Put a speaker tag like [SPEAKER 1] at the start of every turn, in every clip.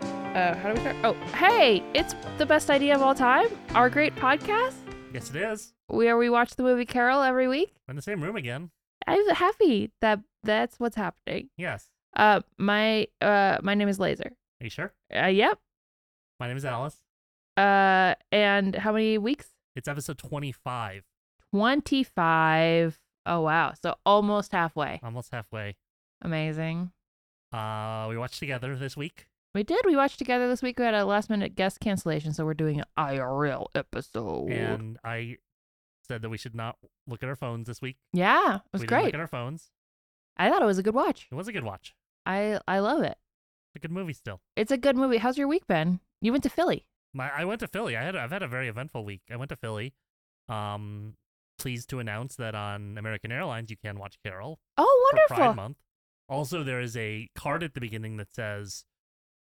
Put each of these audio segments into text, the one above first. [SPEAKER 1] Uh, how do we start? Oh, hey! It's the best idea of all time. Our great podcast,
[SPEAKER 2] Yes, it is.
[SPEAKER 1] where we watch the movie Carol every week.
[SPEAKER 2] We're in the same room again.
[SPEAKER 1] I'm happy that that's what's happening.
[SPEAKER 2] Yes.
[SPEAKER 1] Uh, my uh, my name is Laser.
[SPEAKER 2] Are you sure?
[SPEAKER 1] Uh, yep.
[SPEAKER 2] My name is Alice.
[SPEAKER 1] Uh, and how many weeks?
[SPEAKER 2] It's episode 25,
[SPEAKER 1] Twenty-five. Oh wow! So almost halfway.
[SPEAKER 2] almost halfway.
[SPEAKER 1] Amazing.
[SPEAKER 2] Uh, we watched together this week.
[SPEAKER 1] We did. We watched together this week. We had a last-minute guest cancellation, so we're doing an IRL episode.
[SPEAKER 2] and I said that we should not look at our phones this week.
[SPEAKER 1] yeah, it was
[SPEAKER 2] we Didn't
[SPEAKER 1] great.
[SPEAKER 2] look at our phones.
[SPEAKER 1] I thought it was a good watch.
[SPEAKER 2] It was a good watch.
[SPEAKER 1] I I love it.
[SPEAKER 2] It's a good movie still.
[SPEAKER 1] It's a good movie. How's your week been? You went to Philly.
[SPEAKER 2] My, I went to Philly. I had I've had a very eventful week. I went to Philly. Um, pleased to announce that on American Airlines you can watch Carol
[SPEAKER 1] Oh,
[SPEAKER 2] for Pride
[SPEAKER 1] wonderful.
[SPEAKER 2] Month. Also, there is a card at the beginning that says,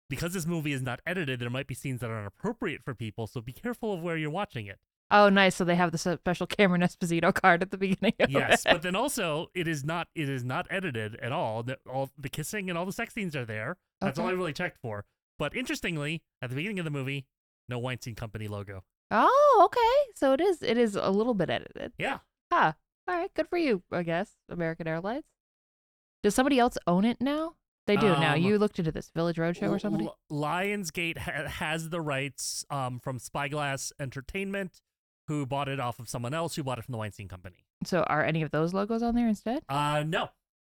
[SPEAKER 2] because this movie is not edited, there might be scenes that are inappropriate for people, so be careful of where you're watching it.
[SPEAKER 1] Oh, nice. So they have the special Cameron Esposito card at the beginning. Of
[SPEAKER 2] Yes,
[SPEAKER 1] it.
[SPEAKER 2] but then also it is not it is not edited at all. The, all the kissing and all the sex scenes are there. That's all I
[SPEAKER 1] Okay.
[SPEAKER 2] really checked for. But interestingly, at the beginning of the movie, no Weinstein Company logo.
[SPEAKER 1] Oh, okay. So it is. It is a little bit edited.
[SPEAKER 2] Yeah,
[SPEAKER 1] Huh. All right. Good for you, I guess. American Airlines. Does somebody else own it now? They do now.
[SPEAKER 2] Um,
[SPEAKER 1] You looked into this Village Roadshow or somebody.
[SPEAKER 2] L- Lionsgate ha- has the rights um, from Spyglass Entertainment, who bought it off of someone else who bought it from the Weinstein Company.
[SPEAKER 1] so are any of those logos on there instead?
[SPEAKER 2] Uh, no,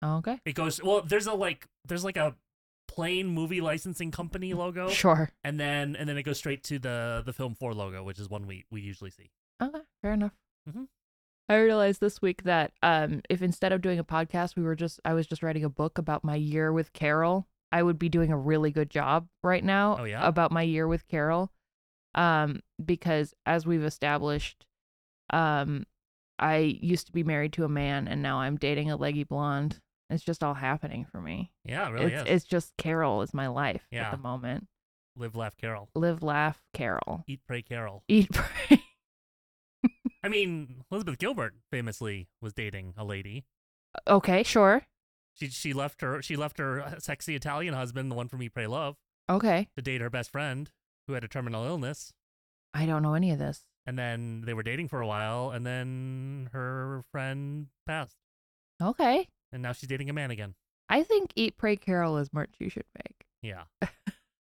[SPEAKER 1] Oh, okay.
[SPEAKER 2] It goes well. There's a like. There's like a plain movie licensing company logo,
[SPEAKER 1] Mm, Sure.
[SPEAKER 2] and then and then it goes straight to the the film four logo, which is one we we usually see.
[SPEAKER 1] Okay, fair enough.
[SPEAKER 2] Mhm.
[SPEAKER 1] I realized this week that um, if instead of doing a podcast, we were just I was just writing a book about my year with Carol, I would be doing a really good job right now
[SPEAKER 2] Oh, yeah?
[SPEAKER 1] about my year with Carol, um, because as we've established, um, I used to be married to a man and now I'm dating a leggy blonde. It's just all happening for me.
[SPEAKER 2] Yeah, it really
[SPEAKER 1] it's
[SPEAKER 2] is.
[SPEAKER 1] it's just Carol is my life at
[SPEAKER 2] Yeah.
[SPEAKER 1] the moment.
[SPEAKER 2] Live, laugh, Carol.
[SPEAKER 1] Live, laugh, Carol,
[SPEAKER 2] Eat, pray, Carol.
[SPEAKER 1] eat, pray.
[SPEAKER 2] I mean, Elizabeth Gilbert famously was dating a lady.
[SPEAKER 1] okay, sure,
[SPEAKER 2] She she left her she left her uh, sexy Italian husband, the one from Eat, Pray, Love,
[SPEAKER 1] okay.
[SPEAKER 2] to date her best friend who had a terminal illness.
[SPEAKER 1] I don't know any of this.
[SPEAKER 2] And then they were dating for a while, and then her friend passed,
[SPEAKER 1] Okay.
[SPEAKER 2] and now she's dating a man again.
[SPEAKER 1] I think Eat, Pray, Carol is merch you should make.
[SPEAKER 2] Yeah.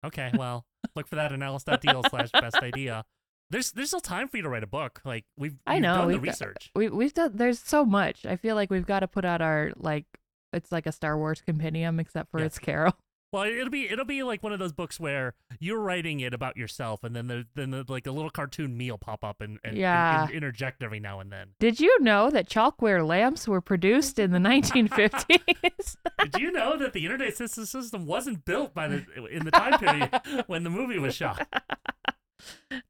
[SPEAKER 2] Okay. Well, look for that in alice.deal slash best idea. There's there's still time for you to write a book. Like we've,
[SPEAKER 1] I
[SPEAKER 2] we've
[SPEAKER 1] know,
[SPEAKER 2] done the
[SPEAKER 1] we've got-
[SPEAKER 2] research.
[SPEAKER 1] We, we've done, there's so much. I feel like we've got to put out our, like, it's like a Star Wars compendium, except for
[SPEAKER 2] Yeah.
[SPEAKER 1] it's Carol.
[SPEAKER 2] Well, it'll be it'll be like one of those books where you're writing it about yourself, and then there, then the, like a little cartoon meal pop up and, and, and-
[SPEAKER 1] Yeah.
[SPEAKER 2] and interject every now and then.
[SPEAKER 1] Did you know that chalkware lamps were produced in the 1950s?
[SPEAKER 2] Did you know that the internet system system wasn't built by the in the time period when the movie was shot?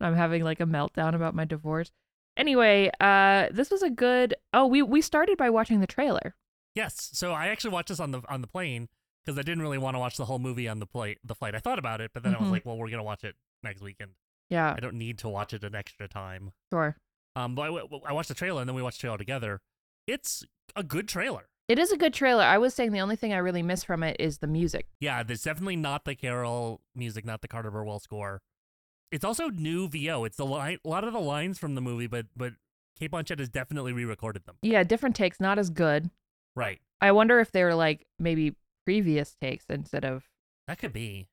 [SPEAKER 1] I'm having like a meltdown about my divorce. Anyway, uh, this was a good. Oh, we we started by watching the trailer.
[SPEAKER 2] Yes. So I actually watched this on the on the plane because I didn't really want to watch the whole movie on the play, the flight. I thought about it, but then I
[SPEAKER 1] Mhm.
[SPEAKER 2] was like, well, we're gonna watch it next weekend.
[SPEAKER 1] Yeah,
[SPEAKER 2] I don't need to watch it an extra time.
[SPEAKER 1] sure.
[SPEAKER 2] Um, but I, w- I watched the trailer and then we watched the trailer together. It's a good trailer.
[SPEAKER 1] It is a good trailer. I was saying the only thing I really miss from it is the music.
[SPEAKER 2] Yeah, there's definitely not the Carol music, not the Carter Burwell score. It's also new VO. It's the line, a lot of the lines from the movie, but but Kate Blanchett has definitely re-recorded them.
[SPEAKER 1] Yeah, different takes, not as good.
[SPEAKER 2] Right.
[SPEAKER 1] I wonder if they were like maybe previous takes instead of
[SPEAKER 2] That could be.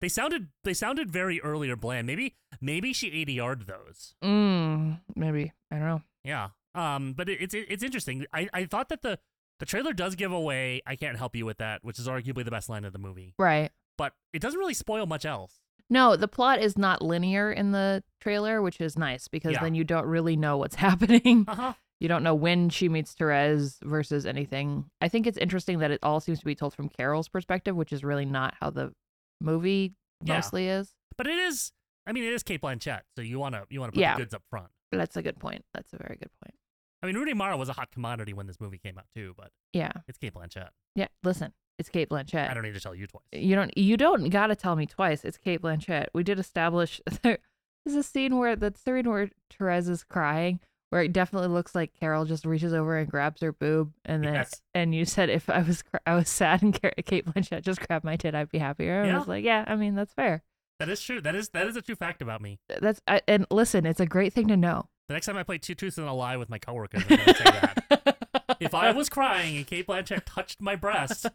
[SPEAKER 2] They sounded they sounded very earlier bland. Maybe maybe she ADR'd those.
[SPEAKER 1] mm, maybe I don't know.
[SPEAKER 2] Yeah. Um. But it, it's it, it's interesting. I I thought that the the trailer does give away. I can't help you with that, which is arguably the best line of the movie.
[SPEAKER 1] Right.
[SPEAKER 2] but it doesn't really spoil much else.
[SPEAKER 1] No, the plot is not linear in the trailer, which is nice because
[SPEAKER 2] Yeah.
[SPEAKER 1] then you don't really know what's happening.
[SPEAKER 2] Uh huh.
[SPEAKER 1] you don't know when she meets Therese versus anything. I think it's interesting that it all seems to be told from Carol's perspective, which is really not how the movie
[SPEAKER 2] Yeah.
[SPEAKER 1] mostly is.
[SPEAKER 2] But it is. I mean, it is Kate Blanchett, so you want to you want to put
[SPEAKER 1] Yeah.
[SPEAKER 2] the goods up front.
[SPEAKER 1] That's a good point. That's a very good point.
[SPEAKER 2] I mean, Rooney Mara was a hot commodity when this movie came out too, but
[SPEAKER 1] Yeah.
[SPEAKER 2] it's Kate Blanchett.
[SPEAKER 1] Yeah. Listen, it's Kate Blanchett.
[SPEAKER 2] I don't need to tell you twice.
[SPEAKER 1] you don't you don't gotta tell me twice. It's Kate Blanchett. We did establish there is a scene where the scene where Therese is crying, where it definitely looks like Carol just reaches over and grabs her boob, and then
[SPEAKER 2] Yes.
[SPEAKER 1] and you said if I was cr- I was sad and Car- Kate Blanchett just grabbed my tit, I'd be happier. And I
[SPEAKER 2] Yeah.
[SPEAKER 1] was like, yeah, I mean that's fair.
[SPEAKER 2] That is true. That is that is a true fact about me.
[SPEAKER 1] That's I, and listen, it's a great thing to know.
[SPEAKER 2] The next time I play Two Truths and a Lie with my coworkers, I'm gonna say that. If I was crying and Kate Blanchett touched my breast,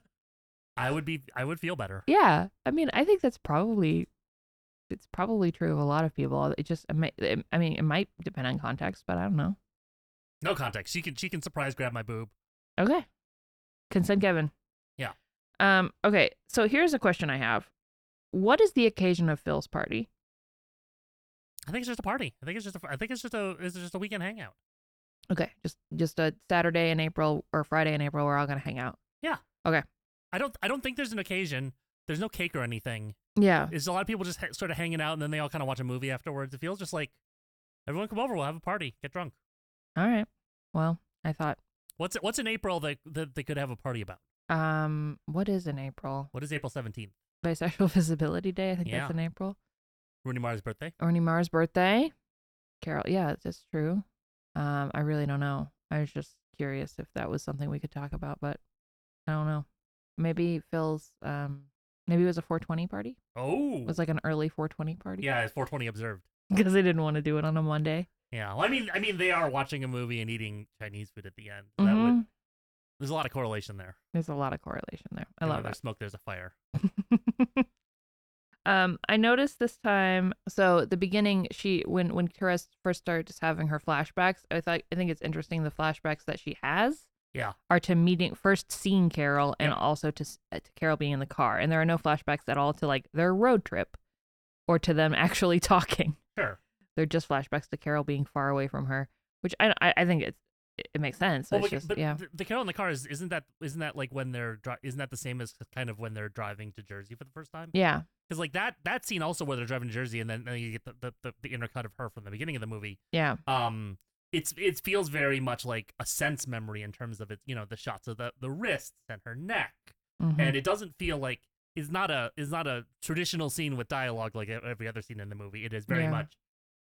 [SPEAKER 2] I would be I would feel better.
[SPEAKER 1] yeah, I mean, I think that's probably it's probably true of a lot of people. It just, it might- it- I mean, it might depend on context, but I don't know.
[SPEAKER 2] No context. She can she can surprise grab my boob.
[SPEAKER 1] Okay. Consent Kevin.
[SPEAKER 2] Yeah.
[SPEAKER 1] Um, okay, so here's a question I have. What is the occasion of Phil's party?
[SPEAKER 2] I think it's just a party. I think it's just a, I think it's just a it's just a weekend hangout.
[SPEAKER 1] Okay, just just a Saturday in April or Friday in April, we're all gonna hang out.
[SPEAKER 2] I don't I don't think there's an occasion. There's no cake or anything.
[SPEAKER 1] Yeah.
[SPEAKER 2] It's a lot of people just ha- sort of hanging out and then they all kind of watch a movie afterwards. It feels just like everyone come over, we'll have a party, get drunk.
[SPEAKER 1] All right. Well, I thought,
[SPEAKER 2] What's what's in April that that they could have a party about?
[SPEAKER 1] um, what is in April?
[SPEAKER 2] What is April seventeenth?
[SPEAKER 1] Bisexual Visibility Day. I think
[SPEAKER 2] Yeah.
[SPEAKER 1] that's in April.
[SPEAKER 2] Rooney Mara's birthday.
[SPEAKER 1] Ernie Mars' birthday. Carol. Yeah, that's true. Um, I really don't know. I was just curious if that was something we could talk about, but I don't know. Maybe Phil's. Um, maybe it was a 420 party.
[SPEAKER 2] Oh,
[SPEAKER 1] It was like an early 420 party.
[SPEAKER 2] yeah, it's four twenty observed.
[SPEAKER 1] Because they didn't want to do it on a Monday.
[SPEAKER 2] Yeah, well, I mean, I mean, they are watching a movie and eating Chinese food at the end. That
[SPEAKER 1] Mhm.
[SPEAKER 2] would, there's a lot of correlation there.
[SPEAKER 1] There's a lot of correlation there. I
[SPEAKER 2] You know,
[SPEAKER 1] love that.
[SPEAKER 2] There's smoke, there's a fire.
[SPEAKER 1] um, I noticed this time. So at the beginning, she when when Kara s- first starts having her flashbacks, I thought I think it's interesting the flashbacks that she has.
[SPEAKER 2] Yeah.
[SPEAKER 1] Are to meeting first seeing Carol and
[SPEAKER 2] Yep.
[SPEAKER 1] also to, s- uh, to Carol being in the car, and there are no flashbacks at all to like their road trip, or to them actually talking.
[SPEAKER 2] Sure.
[SPEAKER 1] They're just flashbacks to Carol being far away from her, which I I, I think it's it, it makes sense.
[SPEAKER 2] Well,
[SPEAKER 1] it's
[SPEAKER 2] but-
[SPEAKER 1] just
[SPEAKER 2] but
[SPEAKER 1] yeah.
[SPEAKER 2] the, the Carol in the car is isn't that isn't that like when they're dri- isn't that the same as kind of when they're driving to Jersey for the first time?
[SPEAKER 1] Yeah.
[SPEAKER 2] Because like that that scene also where they're driving to Jersey and then, then you get the, the, the, the inner cut of her from the beginning of the movie.
[SPEAKER 1] Yeah.
[SPEAKER 2] Um, it's it feels very much like a sense memory in terms of it. You know, the shots of the the wrists and her neck,
[SPEAKER 1] mhm.
[SPEAKER 2] and it doesn't feel like it's not a is not a traditional scene with dialogue like e- every other scene in the movie. It is very
[SPEAKER 1] Yeah.
[SPEAKER 2] much.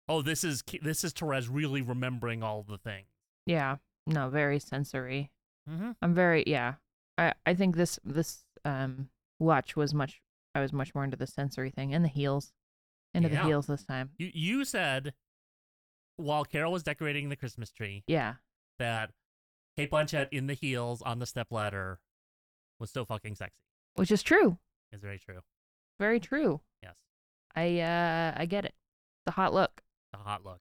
[SPEAKER 2] Oh, this is Ki- this is Therese really remembering all the things.
[SPEAKER 1] Yeah. No, very sensory.
[SPEAKER 2] Mm-hmm.
[SPEAKER 1] I'm very yeah. I I think this this um watch was much I was much more into the sensory thing and the heels. Into
[SPEAKER 2] Yeah.
[SPEAKER 1] the heels this time.
[SPEAKER 2] You you said while Carol was decorating the Christmas tree
[SPEAKER 1] Yeah.
[SPEAKER 2] that Kate Blanchett in the heels on the stepladder was so fucking sexy.
[SPEAKER 1] Which is true.
[SPEAKER 2] It's very true.
[SPEAKER 1] Very true.
[SPEAKER 2] Yes.
[SPEAKER 1] I uh I get it. The hot look.
[SPEAKER 2] The hot look.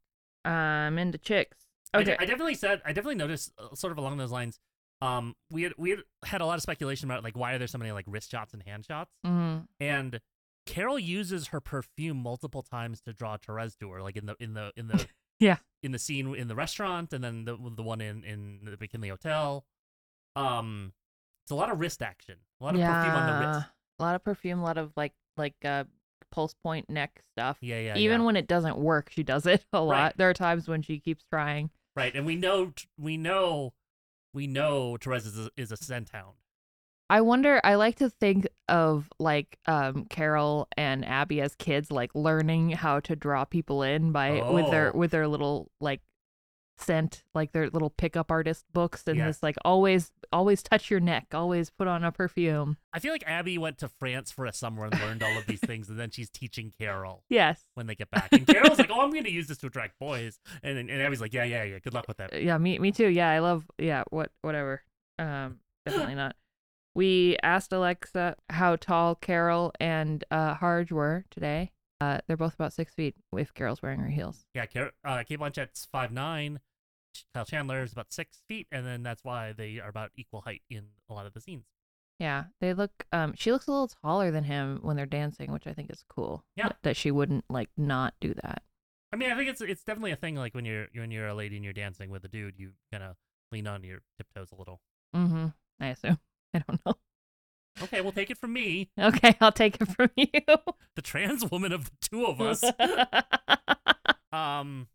[SPEAKER 1] Um into chicks.
[SPEAKER 2] I de-
[SPEAKER 1] Okay.
[SPEAKER 2] I, definitely said I definitely noticed uh, sort of along those lines. Um, we had we had, had a lot of speculation about like why are there so many like wrist shots and hand shots,
[SPEAKER 1] Mhm.
[SPEAKER 2] and Carol uses her perfume multiple times to draw Therese to her, like in the in the in the
[SPEAKER 1] Yeah.
[SPEAKER 2] in the scene in the restaurant, and then the the one in in the McKinley Hotel. Um, it's a lot of wrist action, a lot of perfume on the wrist.
[SPEAKER 1] A lot of perfume, a lot of like like uh pulse point neck stuff.
[SPEAKER 2] Yeah, yeah,
[SPEAKER 1] Even
[SPEAKER 2] yeah.
[SPEAKER 1] when it doesn't work, she does it a lot.
[SPEAKER 2] Right.
[SPEAKER 1] There are times when she keeps trying.
[SPEAKER 2] right, and we know we know we know Therese is a, is a centown.
[SPEAKER 1] I wonder. I like to think of like um, Carol and Abby as kids, like learning how to draw people in by with their
[SPEAKER 2] Oh.
[SPEAKER 1] with their little like scent, like their little pickup artist books, and
[SPEAKER 2] Yeah.
[SPEAKER 1] this like always always touch your neck, always put on a perfume.
[SPEAKER 2] I feel like Abby went to France for a summer and learned all of these things, and then she's teaching Carol
[SPEAKER 1] Yes.
[SPEAKER 2] when they get back. And Carol's like, "Oh, I'm going to use this to attract boys," and and Abby's like, "Yeah, yeah, yeah. Good luck with that."
[SPEAKER 1] Uh, Yeah. Me. Me too. Yeah. I love. Yeah. What. Whatever. Um. Definitely not. We asked Alexa how tall Carol and uh, Harge were today. Uh, they're both about six feet. If Carol's wearing her heels.
[SPEAKER 2] Yeah, Car- uh, Kate Blanchett's five nine. Kyle Chandler is about six feet, and then that's why they are about equal height in a lot of the scenes.
[SPEAKER 1] Yeah, they look. Um, she looks a little taller than him when they're dancing, which I think is cool.
[SPEAKER 2] Yeah.
[SPEAKER 1] that- that she wouldn't like not do that.
[SPEAKER 2] I mean, I think it's it's definitely a thing. Like when you're when you're a lady and you're dancing with a dude, you kind of lean on your tiptoes a little.
[SPEAKER 1] Mm-hmm. I assume. I don't know.
[SPEAKER 2] Okay, well, take it from me,
[SPEAKER 1] Okay, I'll take it from you.
[SPEAKER 2] the trans woman of the two of us. Um,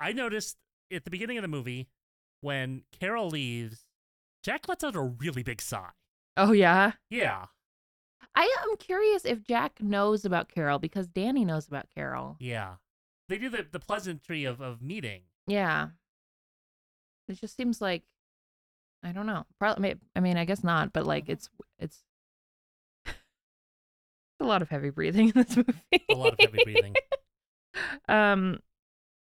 [SPEAKER 2] I noticed at the beginning of the movie when Carol leaves, Jack lets out a really big sigh.
[SPEAKER 1] oh yeah.
[SPEAKER 2] Yeah,
[SPEAKER 1] I am curious if Jack knows about Carol because Danny knows about Carol.
[SPEAKER 2] yeah. They do the the pleasantry of of meeting.
[SPEAKER 1] Yeah. It just seems like I don't know. Probably I mean I guess not, but like
[SPEAKER 2] Mhm.
[SPEAKER 1] it's it's a lot of heavy breathing in this movie.
[SPEAKER 2] A lot of heavy breathing.
[SPEAKER 1] um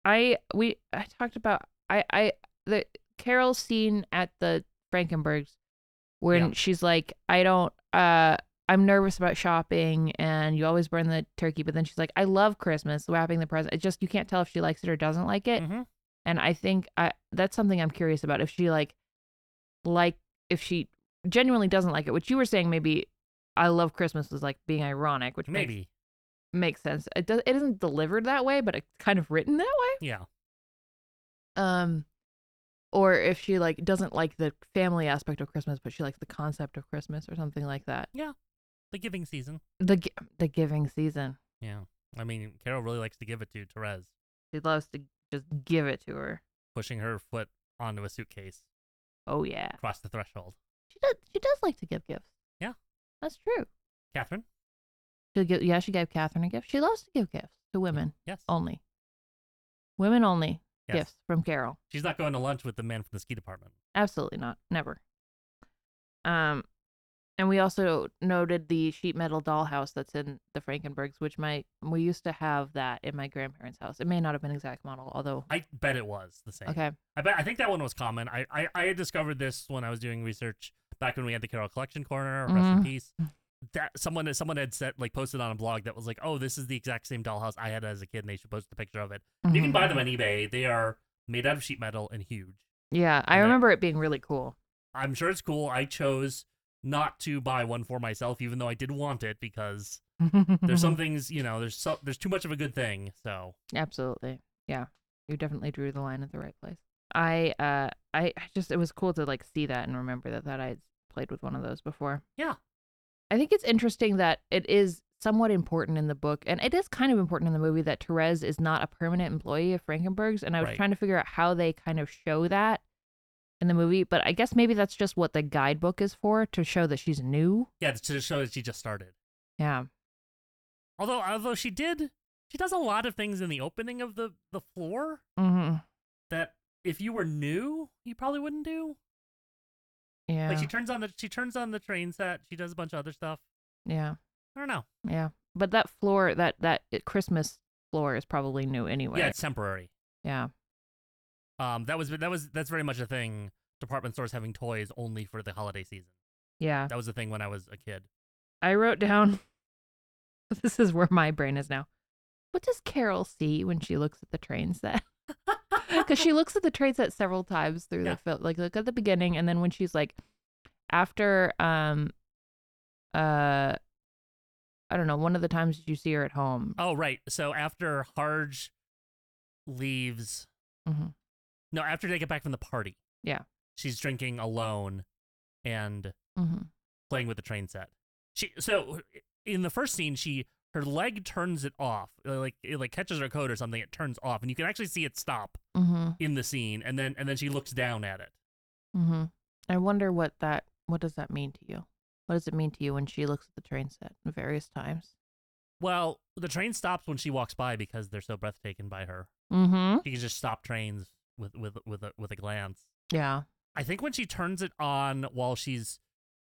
[SPEAKER 1] i we i talked about i i the carol scene at the frankenbergs when
[SPEAKER 2] Yeah.
[SPEAKER 1] she's like i don't uh i'm nervous about shopping and you always burn the turkey but then she's like i love christmas wrapping the present it's just you can't tell if she likes it or doesn't like it
[SPEAKER 2] hmm
[SPEAKER 1] and i think i that's something i'm curious about if she like like if she genuinely doesn't like it which you were saying maybe i love christmas was like being ironic which makes
[SPEAKER 2] Maybe.
[SPEAKER 1] makes sense. It does. It isn't delivered that way, but it's kind of written that way.
[SPEAKER 2] Yeah.
[SPEAKER 1] Um, or if she like doesn't like the family aspect of Christmas, but she likes the concept of Christmas or something like that.
[SPEAKER 2] The giving season.
[SPEAKER 1] The gi- the giving season.
[SPEAKER 2] Yeah. I mean, Carol really likes to give it to Therese,
[SPEAKER 1] She loves to just give it to her.
[SPEAKER 2] pushing her foot onto a suitcase
[SPEAKER 1] Oh yeah,
[SPEAKER 2] across the threshold.
[SPEAKER 1] she does. She does like to give gifts.
[SPEAKER 2] Yeah.
[SPEAKER 1] that's true.
[SPEAKER 2] Catherine?
[SPEAKER 1] She give. Yeah, she gave Catherine a gift. She loves to give gifts to women
[SPEAKER 2] Yes.
[SPEAKER 1] only. Women only
[SPEAKER 2] yes.
[SPEAKER 1] gifts from Carol.
[SPEAKER 2] She's not going to lunch with the man from the ski department.
[SPEAKER 1] Absolutely not. Never. Um, and we also noted the sheet metal dollhouse that's in the Frankenbergs, which my we used to have that in my grandparents' house. It may not have been exact model, although
[SPEAKER 2] I bet it was the same.
[SPEAKER 1] okay,
[SPEAKER 2] I bet I think that one was common. I, I, I had discovered this when I was doing research back when we had the Carol Collection Corner, rest in
[SPEAKER 1] Mhm.
[SPEAKER 2] peace. That someone someone had said like posted on a blog that was like, Oh, this is the exact same dollhouse I had as a kid and they should post the picture of it. You can
[SPEAKER 1] Mhm.
[SPEAKER 2] buy them on eBay. They are made out of sheet metal and huge.
[SPEAKER 1] yeah, I
[SPEAKER 2] and that-
[SPEAKER 1] remember it being really cool.
[SPEAKER 2] I'm sure it's cool. I chose not to buy one for myself, even though I did want it because
[SPEAKER 1] Mm-hmm.
[SPEAKER 2] there's some things, you know, there's so, there's too much of a good thing. So
[SPEAKER 1] Absolutely. Yeah. You definitely drew the line at the right place. I uh I I just it was cool to like see that and remember that that I had played with one of those before.
[SPEAKER 2] Yeah.
[SPEAKER 1] I think it's interesting that it is somewhat important in the book and it is kind of important in the movie that Therese is not a permanent employee of Frankenberg's and I was
[SPEAKER 2] Right.
[SPEAKER 1] trying to figure out how they kind of show that in the movie, but I guess maybe that's just what the guidebook is for to show that she's new.
[SPEAKER 2] yeah, to show that she just started.
[SPEAKER 1] Yeah.
[SPEAKER 2] Although although she did she does a lot of things in the opening of the the floor
[SPEAKER 1] Mhm.
[SPEAKER 2] that if you were new, you probably wouldn't do.
[SPEAKER 1] Yeah.
[SPEAKER 2] Like she turns on the she turns on the train set. She does a bunch of other stuff.
[SPEAKER 1] yeah.
[SPEAKER 2] I don't know.
[SPEAKER 1] Yeah, but that floor, that that it- Christmas floor, is probably new anyway.
[SPEAKER 2] Yeah, it's temporary.
[SPEAKER 1] Yeah.
[SPEAKER 2] Um, that was that was that's very much a thing. Department stores having toys only for the holiday season.
[SPEAKER 1] Yeah.
[SPEAKER 2] That was a thing when I was a kid.
[SPEAKER 1] I wrote down. This is where my brain is now. What does Carol see when she looks at the train set? Because she looks at the train set several times through
[SPEAKER 2] Yeah.
[SPEAKER 1] the film. Like, look at the beginning, and then when she's like, after um, uh, I don't know, one of the times that you see her at home.
[SPEAKER 2] Oh right. So after Harge leaves,
[SPEAKER 1] Mhm.
[SPEAKER 2] no, after they get back from the party.
[SPEAKER 1] Yeah.
[SPEAKER 2] She's drinking alone, and
[SPEAKER 1] Mhm.
[SPEAKER 2] playing with the train set. She so in the first scene she her leg turns it off uh, like it like catches her coat or something it turns off and you can actually see it stop
[SPEAKER 1] Mhm.
[SPEAKER 2] in the scene and then and then she looks down at it.
[SPEAKER 1] Mhm. I wonder what that what does that mean to you? What does it mean to you when she looks at the train set various times?
[SPEAKER 2] Well, the train stops when she walks by because they're so breathtaken by her.
[SPEAKER 1] Mm-hmm.
[SPEAKER 2] She can just stop trains with with with a, with a glance.
[SPEAKER 1] Yeah.
[SPEAKER 2] I think when she turns it on while she's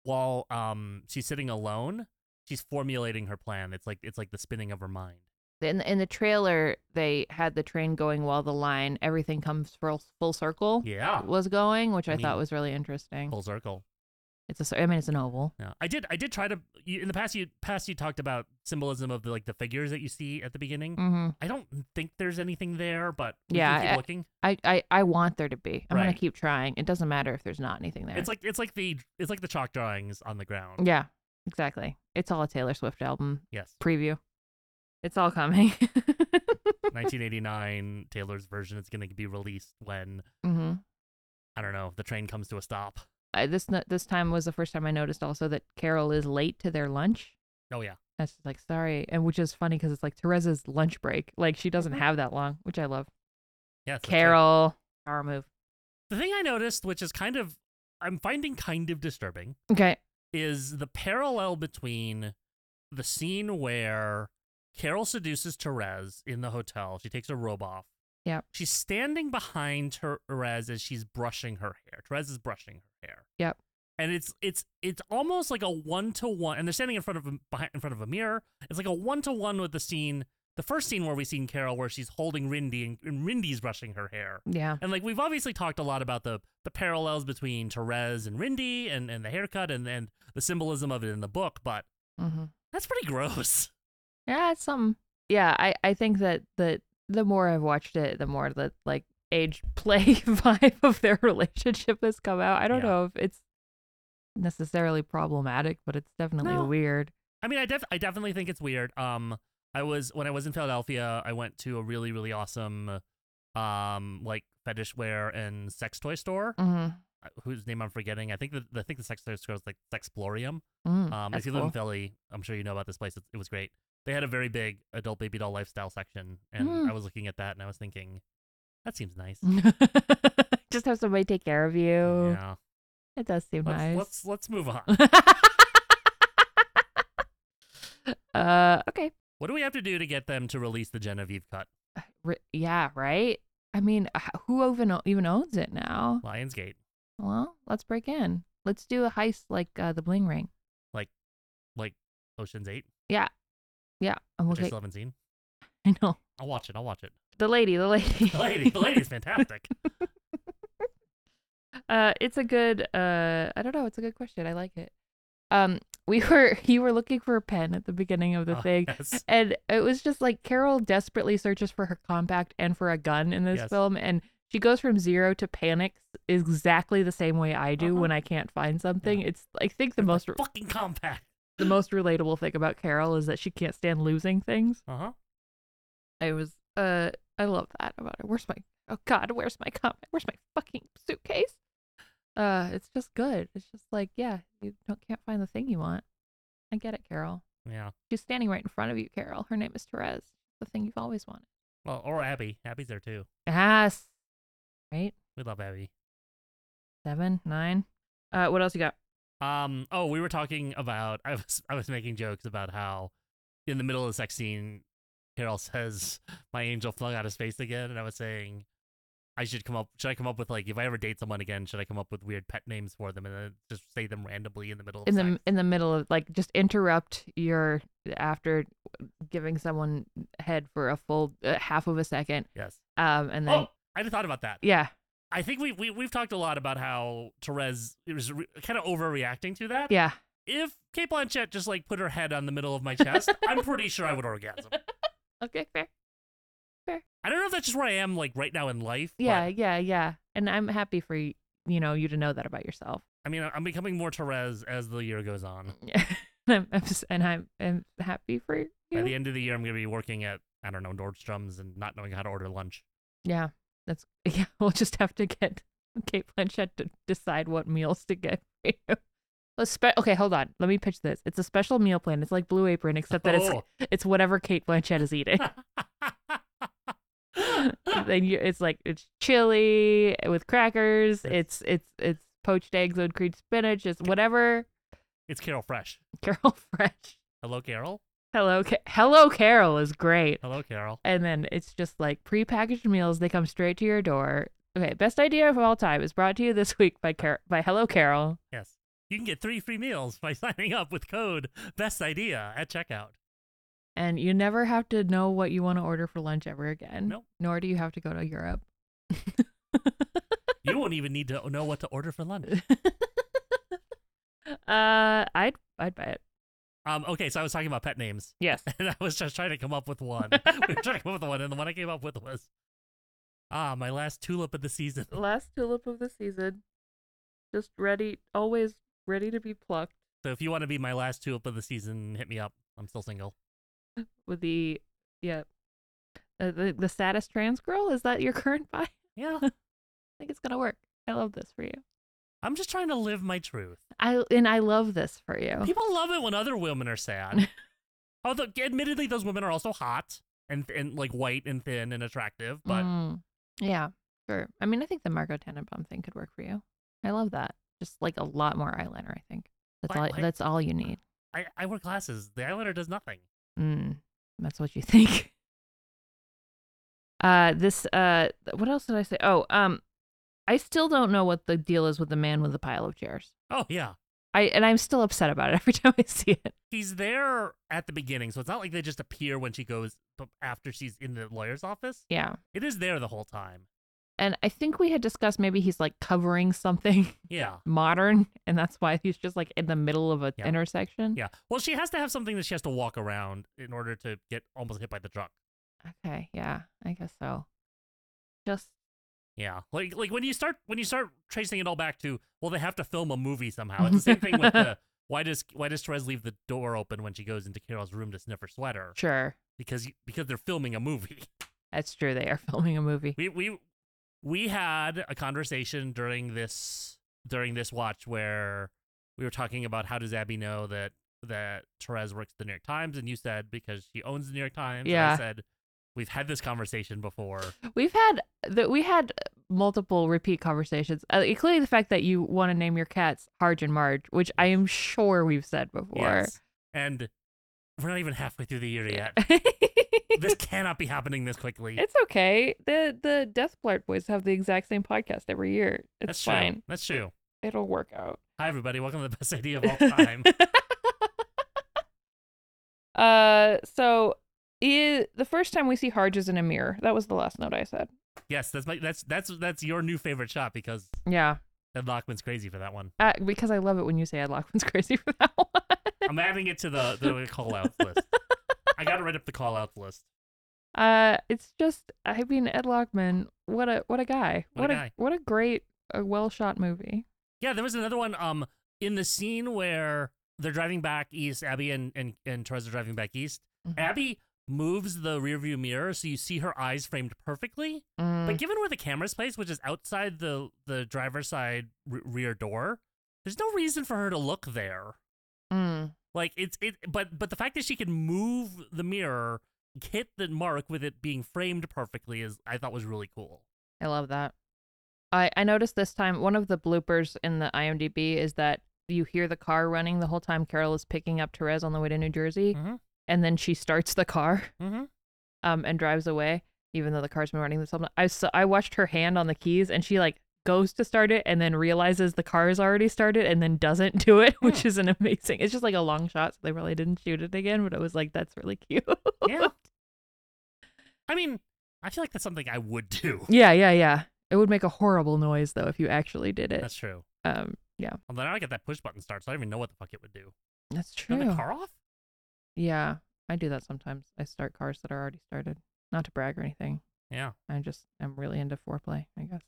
[SPEAKER 2] while um she's sitting alone, she's formulating her plan. It's like it's like the spinning of her mind.
[SPEAKER 1] In the, in the trailer, they had the train going while the line "Everything Comes Full, full Circle"
[SPEAKER 2] Yeah.
[SPEAKER 1] was going, which I,
[SPEAKER 2] I
[SPEAKER 1] thought
[SPEAKER 2] mean- Oh.
[SPEAKER 1] was really interesting.
[SPEAKER 2] Full circle.
[SPEAKER 1] It's a, cir- I mean, it's an oval.
[SPEAKER 2] Yeah, I did. I did try to you, in the past. You past you talked about symbolism of the, like the figures that you see at the beginning.
[SPEAKER 1] Mm-hmm.
[SPEAKER 2] I don't think there's anything there, but we
[SPEAKER 1] Yeah, eh,
[SPEAKER 2] can keep
[SPEAKER 1] I-
[SPEAKER 2] looking.
[SPEAKER 1] I, I, I want there to be. I'm gonna
[SPEAKER 2] Right.
[SPEAKER 1] keep trying. It doesn't matter if there's not anything there.
[SPEAKER 2] It's like it's like the it's like the chalk drawings on the ground.
[SPEAKER 1] yeah, exactly. It's all a Taylor Swift album
[SPEAKER 2] Yes,
[SPEAKER 1] preview. It's all coming.
[SPEAKER 2] 1989 Taylor's version is going to be released when
[SPEAKER 1] mm-hmm.
[SPEAKER 2] I don't know the train comes to a stop.
[SPEAKER 1] I, this no- this time was the first time I noticed also that Carol is late to their lunch.
[SPEAKER 2] Oh yeah,
[SPEAKER 1] That's just like sorry, and which is funny because it's like Teresa's lunch break. Like she doesn't have that long, which I love.
[SPEAKER 2] yes. Mm-hmm. that's right.
[SPEAKER 1] Carol, power move.
[SPEAKER 2] The thing I noticed, which is kind of I'm finding kind of disturbing,
[SPEAKER 1] Okay.
[SPEAKER 2] is the parallel between the scene where Carol seduces Therese in the hotel. She takes her robe off.
[SPEAKER 1] Yep.
[SPEAKER 2] She's standing behind Ther- Therese as she's brushing her hair. Therese is brushing her hair.
[SPEAKER 1] Yep.
[SPEAKER 2] and it's it's it's almost like a one to one, and they're standing in front of a, behind, in front of a mirror. It's like a one to one with the scene, the first scene where we seen Carol, where she's holding Rindy, and, and Rindy's brushing her hair.
[SPEAKER 1] Yeah.
[SPEAKER 2] And like we've obviously talked a lot about the the parallels between Therese and Rindy, and and the haircut, and and the symbolism of it in the book, but
[SPEAKER 1] hmm
[SPEAKER 2] that's pretty gross.
[SPEAKER 1] Yeah, it's something. Yeah, I, I think that the the more I've watched it, the more that like age play vibe of their relationship has come out. I don't
[SPEAKER 2] Yeah.
[SPEAKER 1] know if it's necessarily problematic, but it's definitely
[SPEAKER 2] No.
[SPEAKER 1] weird.
[SPEAKER 2] I mean, I def- I definitely think it's weird. Um, I was when I was in Philadelphia, I went to a really really awesome, um, like fetish wear and sex toy store
[SPEAKER 1] hmm
[SPEAKER 2] uh, whose name I'm forgetting. I think the, the I think the sex toy store is like Sexplorium.
[SPEAKER 1] Mm,
[SPEAKER 2] Um,
[SPEAKER 1] that's
[SPEAKER 2] if you live in
[SPEAKER 1] cool.
[SPEAKER 2] Philly, I'm sure you know about this place. It, it was great. They had a very big adult baby doll lifestyle section, and
[SPEAKER 1] Mm.
[SPEAKER 2] I was looking at that and I was thinking, that seems nice.
[SPEAKER 1] Just have somebody take care of you.
[SPEAKER 2] Uh, Yeah.
[SPEAKER 1] It does seem
[SPEAKER 2] Let's,
[SPEAKER 1] nice.
[SPEAKER 2] let's let's move on.
[SPEAKER 1] uh, okay.
[SPEAKER 2] what do we have to do to get them to release the Genevieve cut?
[SPEAKER 1] Ri yeah, right? I mean, h- who even, o- even owns it now?
[SPEAKER 2] Lionsgate,
[SPEAKER 1] Well, let's break in. Let's do a heist like uh, the Bling Ring.
[SPEAKER 2] Ocean's Eight,
[SPEAKER 1] Yeah, and we'll
[SPEAKER 2] which I
[SPEAKER 1] get.
[SPEAKER 2] still haven't seen.
[SPEAKER 1] I know
[SPEAKER 2] I'll watch it. I'll watch it.
[SPEAKER 1] the lady, the lady,
[SPEAKER 2] The lady, the lady's fantastic.
[SPEAKER 1] uh, it's a good. Uh, I don't know. It's a good question. I like it. Um, we were you were looking for a pen at the beginning of the
[SPEAKER 2] Oh,
[SPEAKER 1] thing,
[SPEAKER 2] yes.
[SPEAKER 1] and it was just like Carol desperately searches for her compact and for a gun in this
[SPEAKER 2] Yes.
[SPEAKER 1] film, and she goes from zero to panic exactly the same way I do
[SPEAKER 2] Uh-huh.
[SPEAKER 1] when I can't find something. It's I think the most
[SPEAKER 2] fucking compact.
[SPEAKER 1] the most relatable thing about Carol is that she can't stand losing things.
[SPEAKER 2] Uh huh.
[SPEAKER 1] I was uh I love that about it. Where's my oh god, where's my com? Where's my fucking suitcase? Uh it's just good. It's just like, yeah, you don't can't find the thing you want. I get it, Carol.
[SPEAKER 2] Yeah.
[SPEAKER 1] She's standing right in front of you, Carol. Her name is Therese. The thing you've always wanted.
[SPEAKER 2] Well, or Abby. Abby's there too.
[SPEAKER 1] Yes. Right?
[SPEAKER 2] We love Abby.
[SPEAKER 1] Seven, nine. Uh what else you got?
[SPEAKER 2] Um. Oh, we were talking about. I was. I was making jokes about how, in the middle of the sex scene, Carol says, "My angel flung out his face again," and I was saying, "I should come up. Should I come up with like if I ever date someone again? Should I come up with weird pet names for them and then just say them randomly in the middle?" Of
[SPEAKER 1] In the
[SPEAKER 2] sex?
[SPEAKER 1] in the middle of like just interrupt your after giving someone head for a full uh, half of a second.
[SPEAKER 2] yes.
[SPEAKER 1] Um and then
[SPEAKER 2] Oh, I just thought about that.
[SPEAKER 1] yeah.
[SPEAKER 2] I think we, we we've talked a lot about how Therese was re- kind of overreacting to that.
[SPEAKER 1] Yeah.
[SPEAKER 2] if Kate Blanchett just like put her head on the middle of my chest, I'm pretty sure I would orgasm.
[SPEAKER 1] Okay, fair.
[SPEAKER 2] I don't know if that's just where I am like right now in life. but,
[SPEAKER 1] Yeah, yeah, yeah. And I'm happy for y- you know you to know that about yourself.
[SPEAKER 2] I mean, I'm becoming more Therese as the year goes on.
[SPEAKER 1] Yeah. I'm, I'm s- and I'm, I'm happy for you.
[SPEAKER 2] By the end of the year, I'm going to be working at, I don't know, Nordstrom's and not knowing how to order lunch.
[SPEAKER 1] yeah, that's yeah. We'll just have to get Kate Blanchett to decide what meals to get. For you. A spe- okay, hold on. Let me pitch this. It's a special meal plan. It's like Blue Apron, except that it's
[SPEAKER 2] Oh.
[SPEAKER 1] it's whatever Kate Blanchett is eating. then you, it's like it's chili with crackers. It's it's it's poached eggs and creamed spinach. It's whatever.
[SPEAKER 2] it's Carol Fresh.
[SPEAKER 1] Carol Fresh.
[SPEAKER 2] Hello, Carol.
[SPEAKER 1] Hello, Ca- Hello Carol is great.
[SPEAKER 2] Hello, Carol.
[SPEAKER 1] And then it's just like prepackaged meals. They come straight to your door. Okay, best idea of all time is brought to you this week by Car- by Hello Carol.
[SPEAKER 2] Yes. You can get three free meals by signing up with code Best Idea at checkout.
[SPEAKER 1] And you never have to know what you want to order for lunch ever again.
[SPEAKER 2] Nope.
[SPEAKER 1] Nor do you have to go to Europe.
[SPEAKER 2] You won't even need to know what to order for lunch.
[SPEAKER 1] Uh, I'd I'd buy it.
[SPEAKER 2] Um, okay, so I was talking about pet names.
[SPEAKER 1] Yes.
[SPEAKER 2] and I was just trying to come up with one. we were trying to come up with one, and the one I came up with was ah, my last tulip of the season.
[SPEAKER 1] Last tulip of the season, just ready, always ready to be plucked
[SPEAKER 2] So if you want to be my last tulip of the season, hit me up. I'm still single.
[SPEAKER 1] with the yeah. Uh, the, the saddest trans girl is that your current buy?
[SPEAKER 2] Yeah,
[SPEAKER 1] I think it's gonna work. I love this for you.
[SPEAKER 2] I'm just trying to live my truth.
[SPEAKER 1] I and I love this for you.
[SPEAKER 2] People love it when other women are sad. Although, admittedly, those women are also hot and and like white and thin and attractive. But
[SPEAKER 1] Mm. yeah, sure. I mean, I think the Margot Tannenbaum thing could work for you. I love that. Just like a lot more eyeliner. I think that's
[SPEAKER 2] Why-
[SPEAKER 1] all.
[SPEAKER 2] why-
[SPEAKER 1] That's all you need.
[SPEAKER 2] I, I wear glasses. The eyeliner does nothing.
[SPEAKER 1] Mm, that's what you think. Uh, this uh, what else did I say? Oh, um, I still don't know what the deal is with the man with the pile of chairs.
[SPEAKER 2] Oh yeah,
[SPEAKER 1] I and I'm still upset about it every time I see it.
[SPEAKER 2] he's there at the beginning, so it's not like they just appear when she goes but after she's in the lawyer's office.
[SPEAKER 1] Yeah.
[SPEAKER 2] It is there the whole time.
[SPEAKER 1] And I think we had discussed maybe he's like covering something
[SPEAKER 2] Yeah,
[SPEAKER 1] modern and that's why he's just like in the middle of an
[SPEAKER 2] Yeah.
[SPEAKER 1] intersection.
[SPEAKER 2] yeah. Well, she has to have something that she has to walk around in order to get almost hit by the truck.
[SPEAKER 1] Okay, yeah. I guess so. Just
[SPEAKER 2] Yeah, like like when you start when you start tracing it all back to well, they have to film a movie somehow. It's the same thing with the why does why does Therese leave the door open when she goes into Carol's room to sniff her sweater
[SPEAKER 1] sure.
[SPEAKER 2] because you- because they're filming a movie.
[SPEAKER 1] That's true. They are filming a movie.
[SPEAKER 2] We we we had a conversation during this during this watch where we were talking about how does Abby know that that Therese works at the New York Times, and you said because she owns the New York Times. and
[SPEAKER 1] Yeah.
[SPEAKER 2] I said we've had this conversation before.
[SPEAKER 1] We've had that we had uh, multiple repeat conversations, uh, including the fact that you want to name your cats Harge and Marge, which I am sure we've said before.
[SPEAKER 2] Yes. and we're not even halfway through the year yet. this cannot be happening this quickly.
[SPEAKER 1] it's okay. The the Death Blart boys have the exact same podcast every year. It's
[SPEAKER 2] That's
[SPEAKER 1] fine.
[SPEAKER 2] true. That's true.
[SPEAKER 1] It'll work out.
[SPEAKER 2] Hi everybody, welcome to the best idea of all time.
[SPEAKER 1] Uh so i the first time we see Harge is in a mirror. That was the last note I said.
[SPEAKER 2] yes, that's my that's that's that's your new favorite shot because
[SPEAKER 1] Yeah.
[SPEAKER 2] Ed Lockman's crazy for that one.
[SPEAKER 1] Uh, because I love it when you say Ed Lockman's crazy for that one.
[SPEAKER 2] I'm adding it to the the call outs list. I gotta write up the call outs list.
[SPEAKER 1] Uh, it's just I mean Ed Lockman, what a what a guy,
[SPEAKER 2] What a
[SPEAKER 1] what, a,
[SPEAKER 2] guy.
[SPEAKER 1] what a great, a well shot movie.
[SPEAKER 2] Yeah, there was another one um in the scene where they're driving back east, Abby and and, and Therese are driving back east.
[SPEAKER 1] Mhm.
[SPEAKER 2] Abby moves the rearview mirror so you see her eyes framed perfectly.
[SPEAKER 1] Mm-hmm. Mm.
[SPEAKER 2] But given where the camera's placed, which is outside the the driver's side re- rear door, there's no reason for her to look there.
[SPEAKER 1] Mm-hmm.
[SPEAKER 2] Like it's it, but but the fact that she can move the mirror, hit the mark with it being framed perfectly, is I thought was really cool.
[SPEAKER 1] I love that. I I noticed this time one of the bloopers in the IMDb is that you hear the car running the whole time Carol is picking up Therese on the way to New Jersey,
[SPEAKER 2] Mhm.
[SPEAKER 1] and then she starts the car
[SPEAKER 2] Mm-hmm.
[SPEAKER 1] um and drives away, even though the car's been running this whole time. I saw, I watched her hand on the keys, and she like goes to start it and then realizes the car is already started and then doesn't do it, which is an amazing. It's just like a long shot, so they really didn't shoot it again. But I was like, that's really cute.
[SPEAKER 2] Yeah. I mean, I feel like that's something I would do.
[SPEAKER 1] yeah, yeah, yeah. It would make a horrible noise though if you actually did it.
[SPEAKER 2] That's true.
[SPEAKER 1] um, yeah,
[SPEAKER 2] Although now I get that push button start, so I don't even know what the fuck it would do.
[SPEAKER 1] that's
[SPEAKER 2] Turn
[SPEAKER 1] true.
[SPEAKER 2] the car off?
[SPEAKER 1] Yeah, I do that sometimes. I start cars that are already started. Not to brag or anything.
[SPEAKER 2] Yeah.
[SPEAKER 1] I'm just I'm really into foreplay. I guess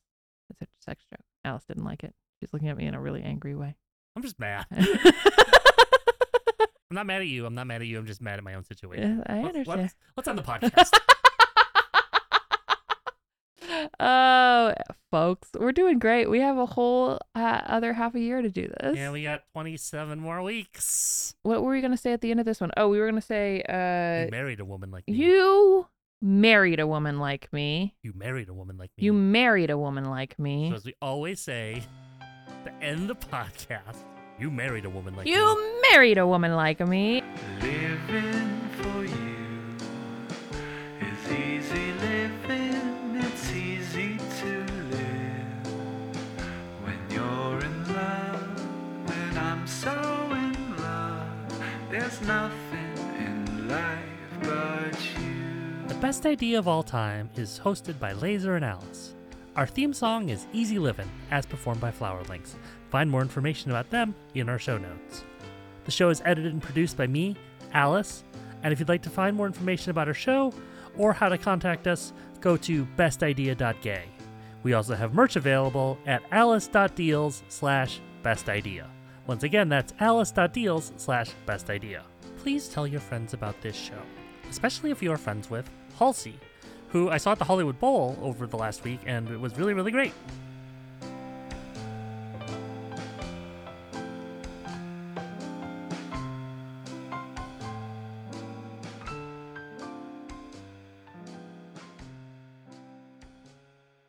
[SPEAKER 1] it's a sex joke. Alice didn't like it. She's looking at me in a really angry way.
[SPEAKER 2] I'm just mad. I'm not mad at you. I'm not mad at you. I'm just mad at my own situation.
[SPEAKER 1] Yeah, I
[SPEAKER 2] Let's-
[SPEAKER 1] understand.
[SPEAKER 2] Let's, let's end the podcast.
[SPEAKER 1] oh, folks, we're doing great. We have a whole uh, other half a year to do this.
[SPEAKER 2] yeah, we got 27 more weeks.
[SPEAKER 1] what were we going to say at the end of this one? Oh, we were going to say
[SPEAKER 2] You
[SPEAKER 1] uh,
[SPEAKER 2] married a woman like me.
[SPEAKER 1] you married a woman like me.
[SPEAKER 2] You married a woman like me.
[SPEAKER 1] You married a woman like
[SPEAKER 2] So
[SPEAKER 1] me.
[SPEAKER 2] as we always say, to end the podcast, you married a woman like me.
[SPEAKER 1] You married a woman like me.
[SPEAKER 3] Living for you is easy living, it's easy to live when you're in love. When I'm so in love, there's nothing in life but you.
[SPEAKER 2] The Best Idea of All Time is hosted by Laser and Alice. Our theme song is Easy Livin', as performed by Flowerlinks. Find more information about them in our show notes. The show is edited and produced by me, Alice, and if you'd like to find more information about our show or how to contact us, go to bestidea.gay. We also have merch available at alice.deals slash bestidea. Once again, that's alice.deals slash bestidea. Please tell your friends about this show, especially if you are friends with Halsey, who I saw at the Hollywood Bowl over the last week, and it was really, really great.